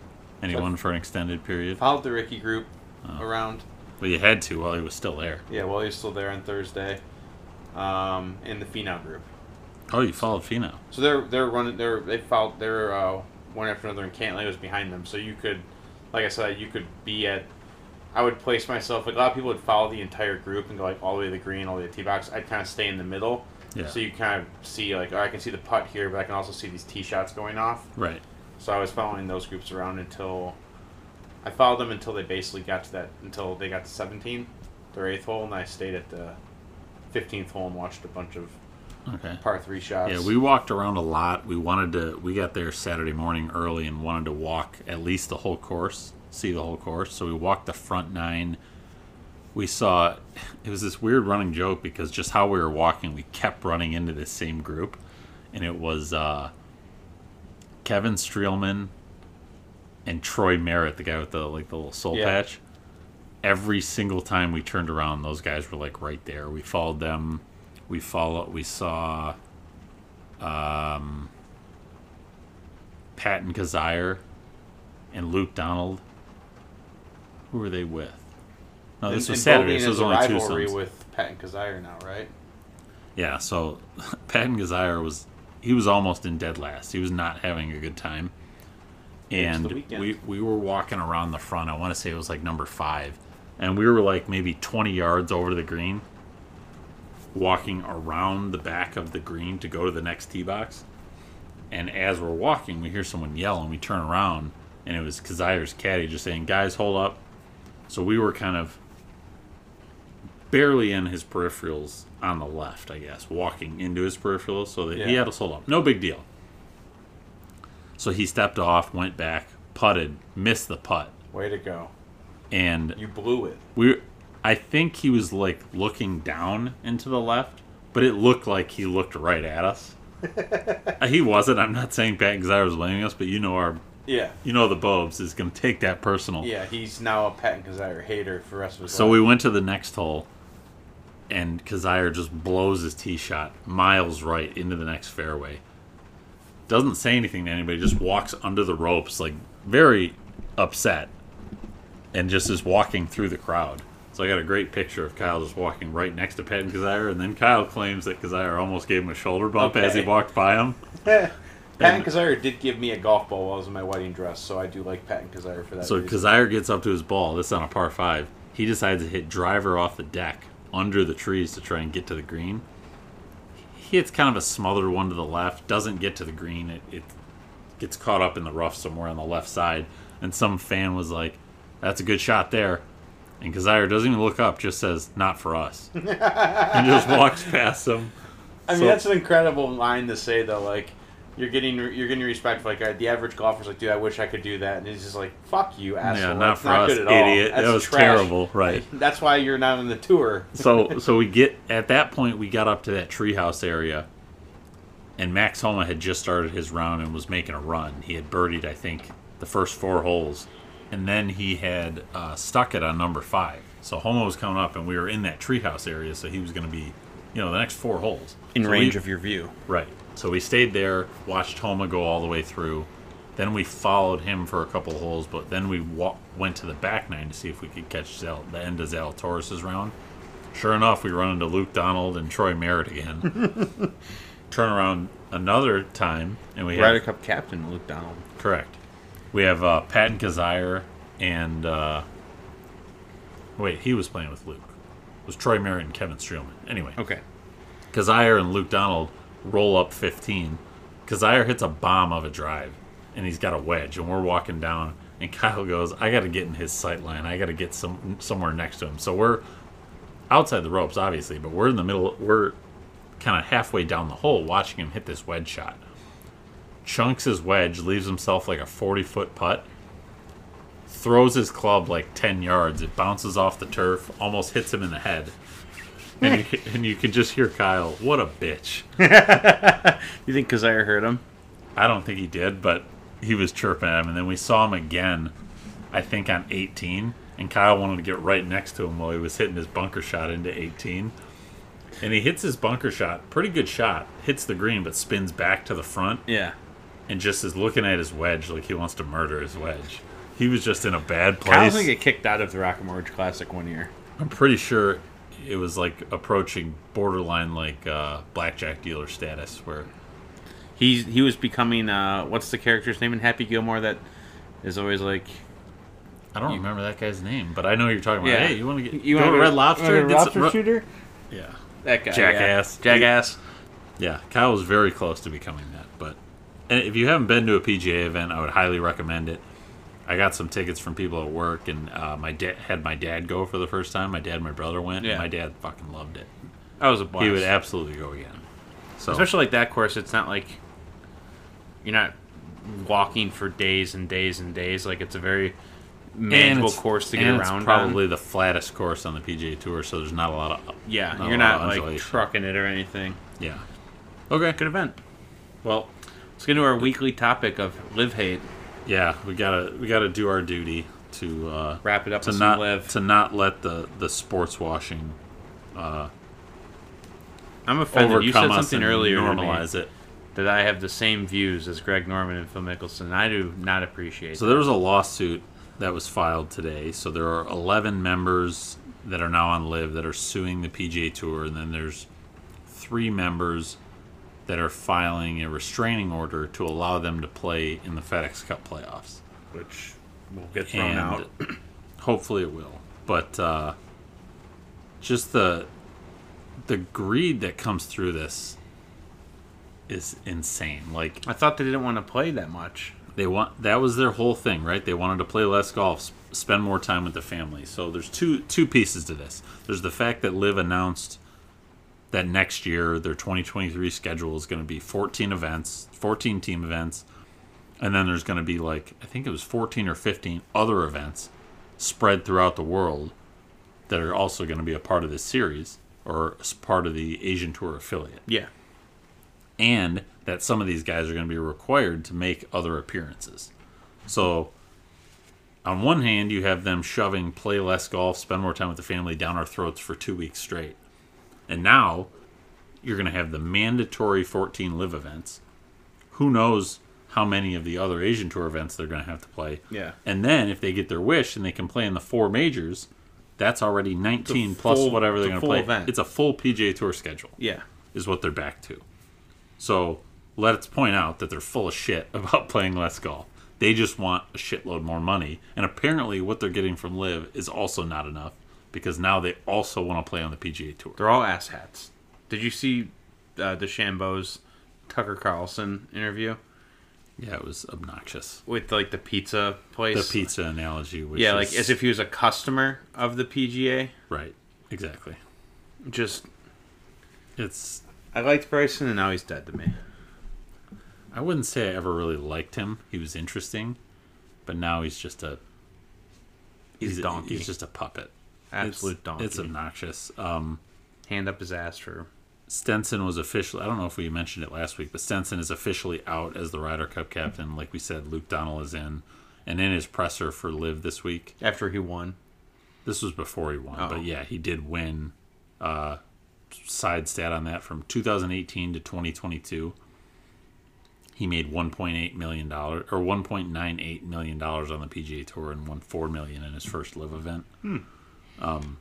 Anyone for an extended period?
Followed the Ricky group
Oh.
around.
Well, you had to while he was still there.
Yeah, well, he's still there on Thursday, um, in the Phenom group.
Oh, you followed Fino.
So they're they're running they're they fouled they're uh, one after another, and Cantley was behind them. So you could, like I said, you could be at. I would place myself. Like a lot of people would follow the entire group and go like all the way to the green, all the way to the tee box. I'd kind of stay in the middle.
Yeah.
So you kind of see like oh, I can see the putt here, but I can also see these tee shots going off.
Right.
So I was following those groups around until I followed them until they basically got to that until they got to 17, their eighth hole, and I stayed at the 15th hole and watched a bunch of
Okay.
par three shots.
Yeah, we walked around a lot. We wanted to. We got there Saturday morning early and wanted to walk at least the whole course, see the whole course. So we walked the front nine. We saw it was this weird running joke because just how we were walking, we kept running into this same group, and it was uh, Kevin Streelman and Troy Merritt, the guy with the like the little soul
Yeah.
patch. Every single time we turned around, those guys were like right there. We followed them. We followed. We saw um, Patton Kazire and Luke Donald. Who were they with? No, uh, this was
And- and
Saturday.
Bovine
So it was
is a
only two
rivalry
sons.
with Pat and Kazire now, right?
Yeah, so Patton Gazire was he was almost in dead last. He was not having a good time.
It's the
And
weekend.
we, we were walking around the front, I want to say it was like number five. And we were like maybe twenty yards over the green, walking around the back of the green to go to the next tee box. And as we're walking, we hear someone yell and we turn around and it was Kazire's caddy just saying, Guys, hold up. So we were kind of barely in his peripherals on the left, I guess, walking into his peripherals. So that he
Yeah.
had us hold up. No big deal. So he stepped off, went back, putted, missed the putt.
Way to go!
And
You blew it.
we I think he was like looking down into the left, but it looked like he looked right at us. Uh, he wasn't. I'm not saying Pat Gazire was blaming us, but you know our
Yeah,
you know the Bobes is gonna take that personal.
yeah. He's now a Pat and Kazire hater for the rest of his
So
life.
we went to the next hole and Kazire just blows his tee shot miles right into the next fairway. Doesn't say anything to anybody, just walks under the ropes, like very upset. and just is walking through the crowd. So I got a great picture of Kyle just walking right next to Pat and Kazire, and then Kyle claims that Kazire almost gave him a shoulder bump as he
Okay.
walked by him.
Pat and Kazire did give me a golf ball while I was in my wedding dress, so I do like Pat and Kazire for that.
So
reason.
Kazire gets up to his ball. This is on a par five. He decides to hit driver off the deck under the trees to try and get to the green. He hits kind of a smothered one to the left. Doesn't get to the green. It, it gets caught up in the rough somewhere on the left side. And some fan was like, "That's a good shot there." And Kazire doesn't even look up. Just says, "Not for us," and just walks past him.
I mean,
so-
that's an incredible line to say though. Like, you're getting you're getting respect. Like uh, the average golfer's like, dude, I wish I could do that, and he's just like, fuck you, asshole.
yeah, not
that's
for
not
us,
good at all.
idiot.
That's
that was
trash.
terrible. Right.
That's why you're not on the tour.
so so we get at that point we got up to that treehouse area and max homa had just started his round and was making a run he had birdied i think the first four holes and then he had uh, stuck it on number five so homa was coming up and we were in that treehouse area so he was going to be you know the next four holes
in
So we-
range of your view.
Right. So we stayed there, watched Homa go all the way through. Then we followed him for a couple holes, but then we wa- went to the back nine to see if we could catch Zal- the end of Zal Torres's round. Sure enough, we run into Luke Donald and Troy Merritt again. Turn around another time, and we
Ryder
have
Cup captain Luke Donald.
correct. We have uh, Patton Kazire and uh, wait, he was playing with Luke. It was Troy Merritt and Kevin Streelman? Anyway,
Okay.
Kazire and Luke Donald roll up 15. Kazire hits a bomb of a drive, and he's got a wedge, and we're walking down, and Kyle goes, "I got to get in his sight line. I got to get some somewhere next to him." So we're outside the ropes, obviously, but we're in the middle. We're kind of halfway down the hole, watching him hit this wedge shot. Chunks his wedge, leaves himself like a 40 foot putt. Throws his club like 10 yards. It bounces off the turf, almost hits him in the head and you, and you could just hear Kyle, what a bitch.
You think Kazire heard him?
I don't think he did, but he was chirping at him. And then we saw him again, I think on 18. And Kyle wanted to get right next to him while he was hitting his bunker shot into 18. And he hits his bunker shot, pretty good shot, hits the green, but spins back to the front
Yeah.
and just is looking at his wedge like he wants to murder his wedge. He was just in a bad place.
Kyle's gonna get kicked out of the Rock and Mortgage Classic one year.
I'm pretty sure it was like approaching borderline like uh, blackjack dealer status where
He's he was becoming uh, what's the character's name in Happy Gilmore that is always like
I don't remember that guy's name, but I know you're talking about.
Yeah.
Hey, you want to get
you
go
want
to
a
Red Lobster? and get some- ru-
shooter?
yeah,
That guy.
Jackass.
Yeah. Jackass.
yeah. Kyle was very close to becoming that, but and if you haven't been to a PGA event, I would highly recommend it. I got some tickets from people at work, and uh, my dad had my dad go for the first time. My dad, and my brother went,
Yeah.
and my dad fucking loved it.
That was a blast.
He would absolutely go again. So
Especially like that course, it's not like you're not walking for days and days and days. Like it's a very manageable
it's-
course to get
and
around. on.
It's probably the flattest course on the PGA Tour, so there's not a lot of
yeah,
not a
you're
lot
not
of
like
undulation.
trucking it or anything.
yeah.
Okay, good event.
Well,
Let's get into our weekly topic of live hate.
yeah, we gotta we gotta do our duty to uh,
Wrap it up
to
with
not
some live.
to not let the the sports washing
I'm offended. You said
overcome us
something
and
earlier to me
normalize it.
that I have the same views as Greg Norman and Phil Mickelson. I do not appreciate.
So there was a lawsuit that was filed today. So there are 11 members that are now on live that are suing the PGA Tour, and then there's three members that are filing a restraining order to allow them to play in the FedEx Cup playoffs.
that, which will get
and hopefully it will. But uh, just the the greed that comes through this is insane. Like
I thought they didn't want to play that much.
they want that was their whole thing right they wanted to play less golf s- spend more time with the family so there's two two pieces to this there's the fact that live announced that next year their 2023 schedule is going to be 14 events 14 team events and then there's going to be like i think it was 14 or 15 other events spread throughout the world that are also going to be a part of this series or s- part of the asian tour affiliate
Yeah.
and that some of these guys are going to be required to make other appearances. So, on one hand, you have them shoving play less golf, spend more time with the family down our throats for two weeks straight. And now you're going to have the mandatory 14 live events. Who knows how many of the other Asian Tour events they're going to have to play.
Yeah.
And then if they get their wish and they can play in the four majors, that's already 19 plus
full-
whatever they're
it's
going
a
to
full
play.
event.
It's a full PGA Tour schedule
Yeah.
is what they're back to. So let's point out that they're full of shit about playing less golf. They just want a shitload more money, and apparently, what they're getting from Live is also not enough because now they also want to play on the PGA Tour.
They're all asshats. Did you see uh, DeChambeau's Tucker Carlson interview
Yeah, it was obnoxious.
with like the pizza
The
place?
pizza analogy, which
Yeah,
is-
like as if he was a customer of the PGA.
right, exactly.
Just
It's
I liked Bryson and now he's dead to me.
I wouldn't say I ever really liked him. He was interesting, but now he's just a
He's,
he's, a-
donkey.
he's just a puppet. It's-
absolute donkey.
It's obnoxious. Um,
hand up his ass for
Stenson was officially, I don't know if we mentioned it last week, but Stenson is officially out as the Ryder Cup captain. Like we said, Luke Donnell is in and in his presser for Live this week.
after he won.
This was before he won,
Oh.
but yeah, he did win. Uh, side stat on that from 2018 to 2022, he made 1.8 million dollars or 1.98 million dollars on the PGA Tour and won four million in his first Live event. Um,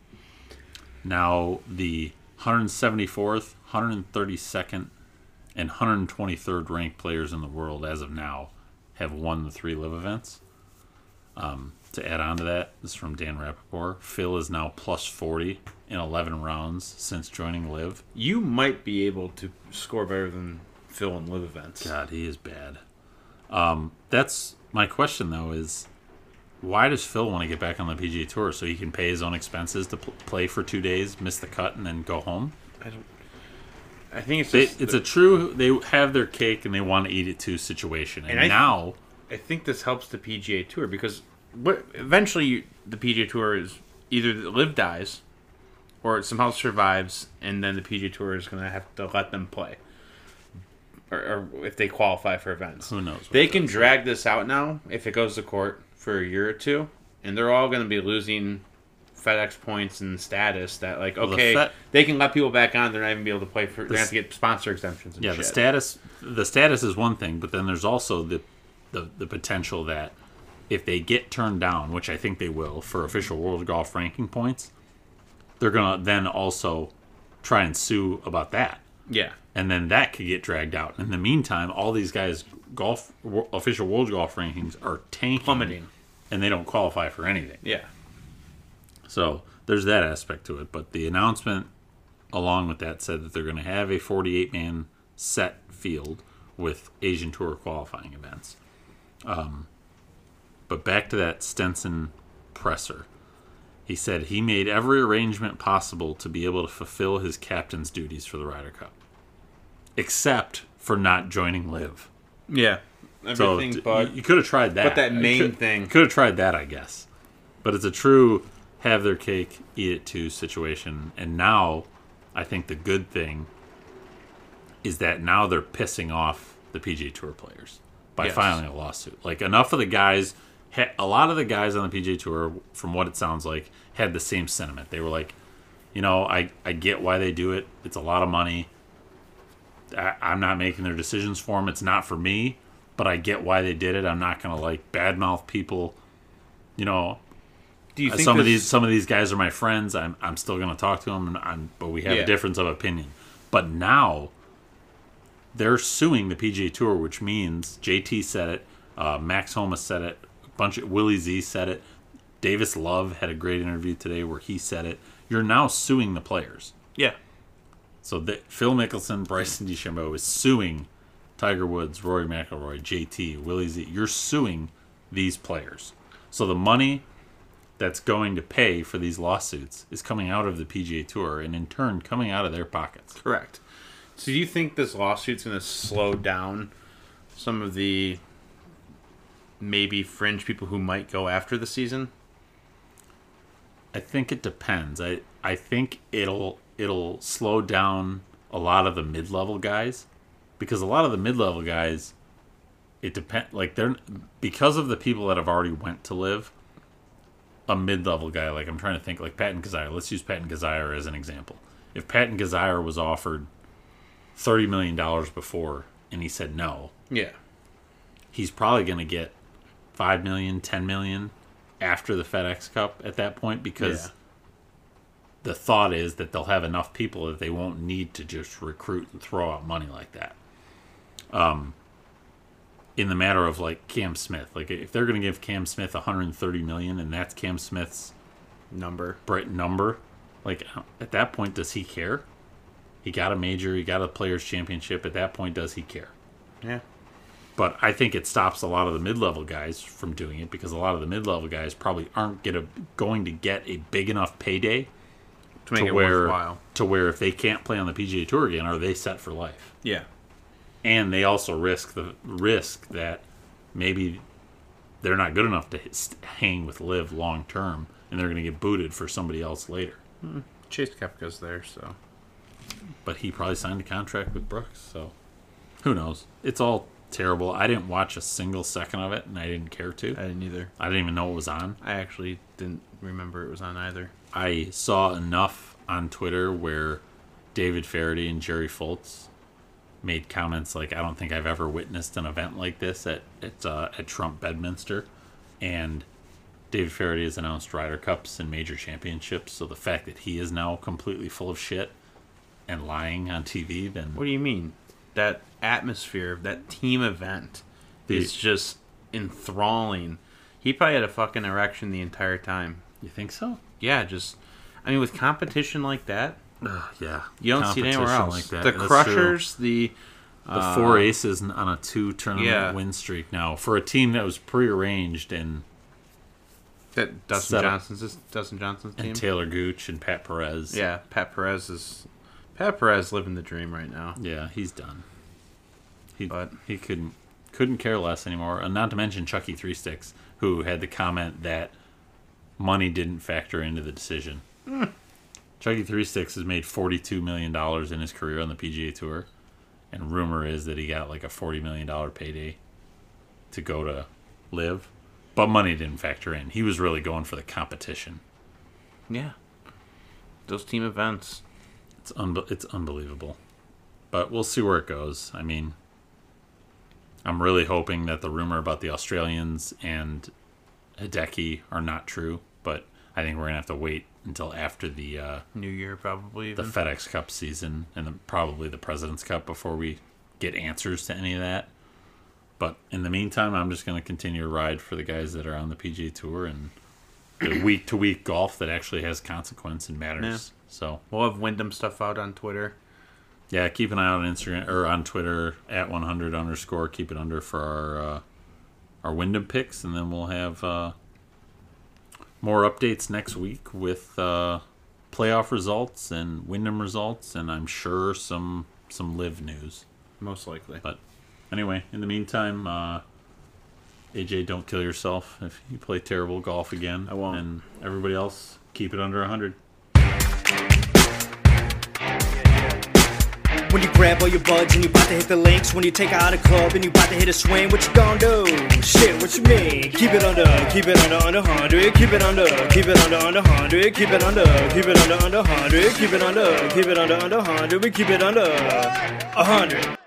now the 174th, 132nd, and 123rd ranked players in the world as of now have won the three live events. Um, to add on to that, this is from Dan Rappaport. Phil is now plus 40 in 11 rounds since joining Live.
You might be able to score better than Phil in live events.
God, he is bad. Um, that's my question though is why does Phil want to get back on the PGA Tour so he can pay his own expenses to pl- play for two days, miss the cut, and then go home?
I don't. I think it's
They,
just,
it's a true they have their cake and they want to eat it too situation. And,
And I-
now
I think this helps the PGA Tour because what eventually you, the PGA Tour is either the live dies, or it somehow survives, and then the PGA Tour is going to have to let them play, or, or if they qualify for events.
who knows? what
They can drag this out now if it goes to court for a year or two, and they're all going to be losing FedEx points and status. That like
the
okay,
Fed-
they can let people back on. They're not even be able to play for. They have
s-
to get sponsor exemptions. And
yeah
shit.
the status the status is one thing but then there's also the, the the potential that if they get turned down which i think they will for official world golf ranking points they're gonna then also try and sue about that
Yeah,
and then that could get dragged out in the meantime all these guys golf wo- official world golf rankings are tanking
plummeting.
and they don't qualify for anything
Yeah,
so there's that aspect to it. But the announcement, along with that, said that they're going to have a 48 man set field with Asian Tour qualifying events. Um, but back to that Stenson presser. He said he made every arrangement possible to be able to fulfill his captain's duties for the Ryder Cup, except for not joining Live.
yeah.
So
Everything
d-
but
you could have tried that.
but that main thing-
could have tried that, I guess. But it's a true have their cake, eat it too situation. And now, I think the good thing is that now they're pissing off the PGA Tour players by
Yes.
filing a lawsuit. Like enough of the guys, ha- a lot of the guys on the PGA Tour, from what it sounds like, had the same sentiment. They were like, you know, I I get why they do it. It's a lot of money. I, I'm not making their decisions for them. It's not for me, but I get why they did it. I'm not gonna like badmouth people. You know,
Do you
uh,
think
some of
this-
these some of these guys are my friends. I'm I'm still going to talk to them, and I'm, but we have
Yeah.
a difference of opinion. But now they're suing the PGA Tour, which means JT said it, uh, Max Homa said it, a bunch of Willie Z said it, Davis Love had a great interview today where he said it. You're now suing the players.
Yeah.
So that Phil Mickelson, Bryson DeChambeau is suing Tiger Woods, Rory McIlroy, JT, Willie Z. You're suing these players. So the money that's going to pay for these lawsuits is coming out of the PGA Tour and in turn coming out of their pockets.
Correct. So do you think this lawsuit's going to slow down some of the maybe fringe people who might go after the season?
I think it depends. I I think it'll it'll slow down a lot of the mid level guys because a lot of the mid level guys it depend like they're because of the people that have already went to live a mid level guy like I'm trying to think like Patton Kazire. Let's use Patton Kazire as an example. If Patton Kazire was offered thirty million dollars before and he said no,
Yeah.
he's probably going to get 5 million 10 million after the fedex cup at that point because
Yeah.
the thought is that they'll have enough people that they won't need to just recruit and throw out money like that um, in the matter of like cam smith like if they're going to give cam smith 130 million and that's cam smith's
Number.
Brett number. Like uh, at that point, does he care? He got a major. He got a Players Championship. At that point, does he care?
Yeah.
But I think it stops a lot of the mid-level guys from doing it because a lot of the mid-level guys probably aren't get a, going to get a big enough payday
To make
to
it
where
worthwhile.
to where if they can't play on the PGA Tour again, are they set for life?
Yeah.
And they also risk the risk that maybe they're not good enough to hit- hang with Live long term, and they're going to get booted for somebody else later.
Chase Kepka's there, so.
but he probably signed a contract with Brooks, so who knows? It's all terrible. I didn't watch a single second of it, and I didn't care to.
I didn't either.
I didn't even know it was on.
I actually didn't remember it was on either.
I saw enough on Twitter where David Faraday and Jerry Foltz made comments like, "I don't think I've ever witnessed an event like this at at uh, at Trump Bedminster," and David Faraday has announced Ryder Cups and major championships. So the fact that he is now completely full of shit and lying on TV, then
What do you mean? That atmosphere of that team event
The-
is just enthralling. He probably had a fucking erection the entire time.
you think so?
Yeah, just I mean with competition like that,
Yeah,
you don't see it anywhere
competition
else.
Like that.
The
That's true.
Crushers, the
the four aces n- on a two tournament
yeah.
win streak now for a team that was prearranged and
that Dustin
Set up.
Johnson's Dustin Johnson's team.
and Taylor Gooch and Pat Perez.
yeah, Pat Perez is Pat Perez living the dream right now.
yeah, he's done. He
But-
he couldn't couldn't care less anymore. And not to mention Chucky Three Sticks, who had the comment that money didn't factor into the decision. Chucky Three Sticks has made forty two million dollars in his career on the PGA Tour, and rumor is that he got like a forty million dollar payday to go to live, but money didn't factor in. He was really going for the competition.
Yeah. Those team events.
It's unbe- it's unbelievable, but we'll see where it goes. I mean, I'm really hoping that the rumor about the Australians and Hideki are not true, but I think we're gonna have to wait until after the uh,
New Year probably
the
Mm-hmm.
even.
FedEx Cup season and the, probably the President's Cup before we get answers to any of that. But in the meantime, I'm just going to continue to ride for the guys that are on the PGA Tour and the week to week golf that actually has consequence and matters.
Yeah.
So,
we'll have Wyndham stuff out on Twitter.
yeah, keep an eye out on Instagram or on Twitter at 100 underscore. Keep it under for our uh, our Wyndham picks, and then we'll have uh, more updates next week with uh, playoff results and Wyndham results, and I'm sure some some live news.
Most likely.
But anyway, in the meantime, uh, AJ, don't kill yourself if you play terrible golf again.
I won't.
And everybody else, keep it under 100.
When you grab all your buds and you bout to hit the links, when you take out a club and you bout to hit a swing, what you gonna do? Shit, what you mean? Keep it under, keep it under, under 100, keep it under, keep it under, under 100, keep it under, keep it under, under 100, keep it under, keep it under, under 100, we keep it under 100.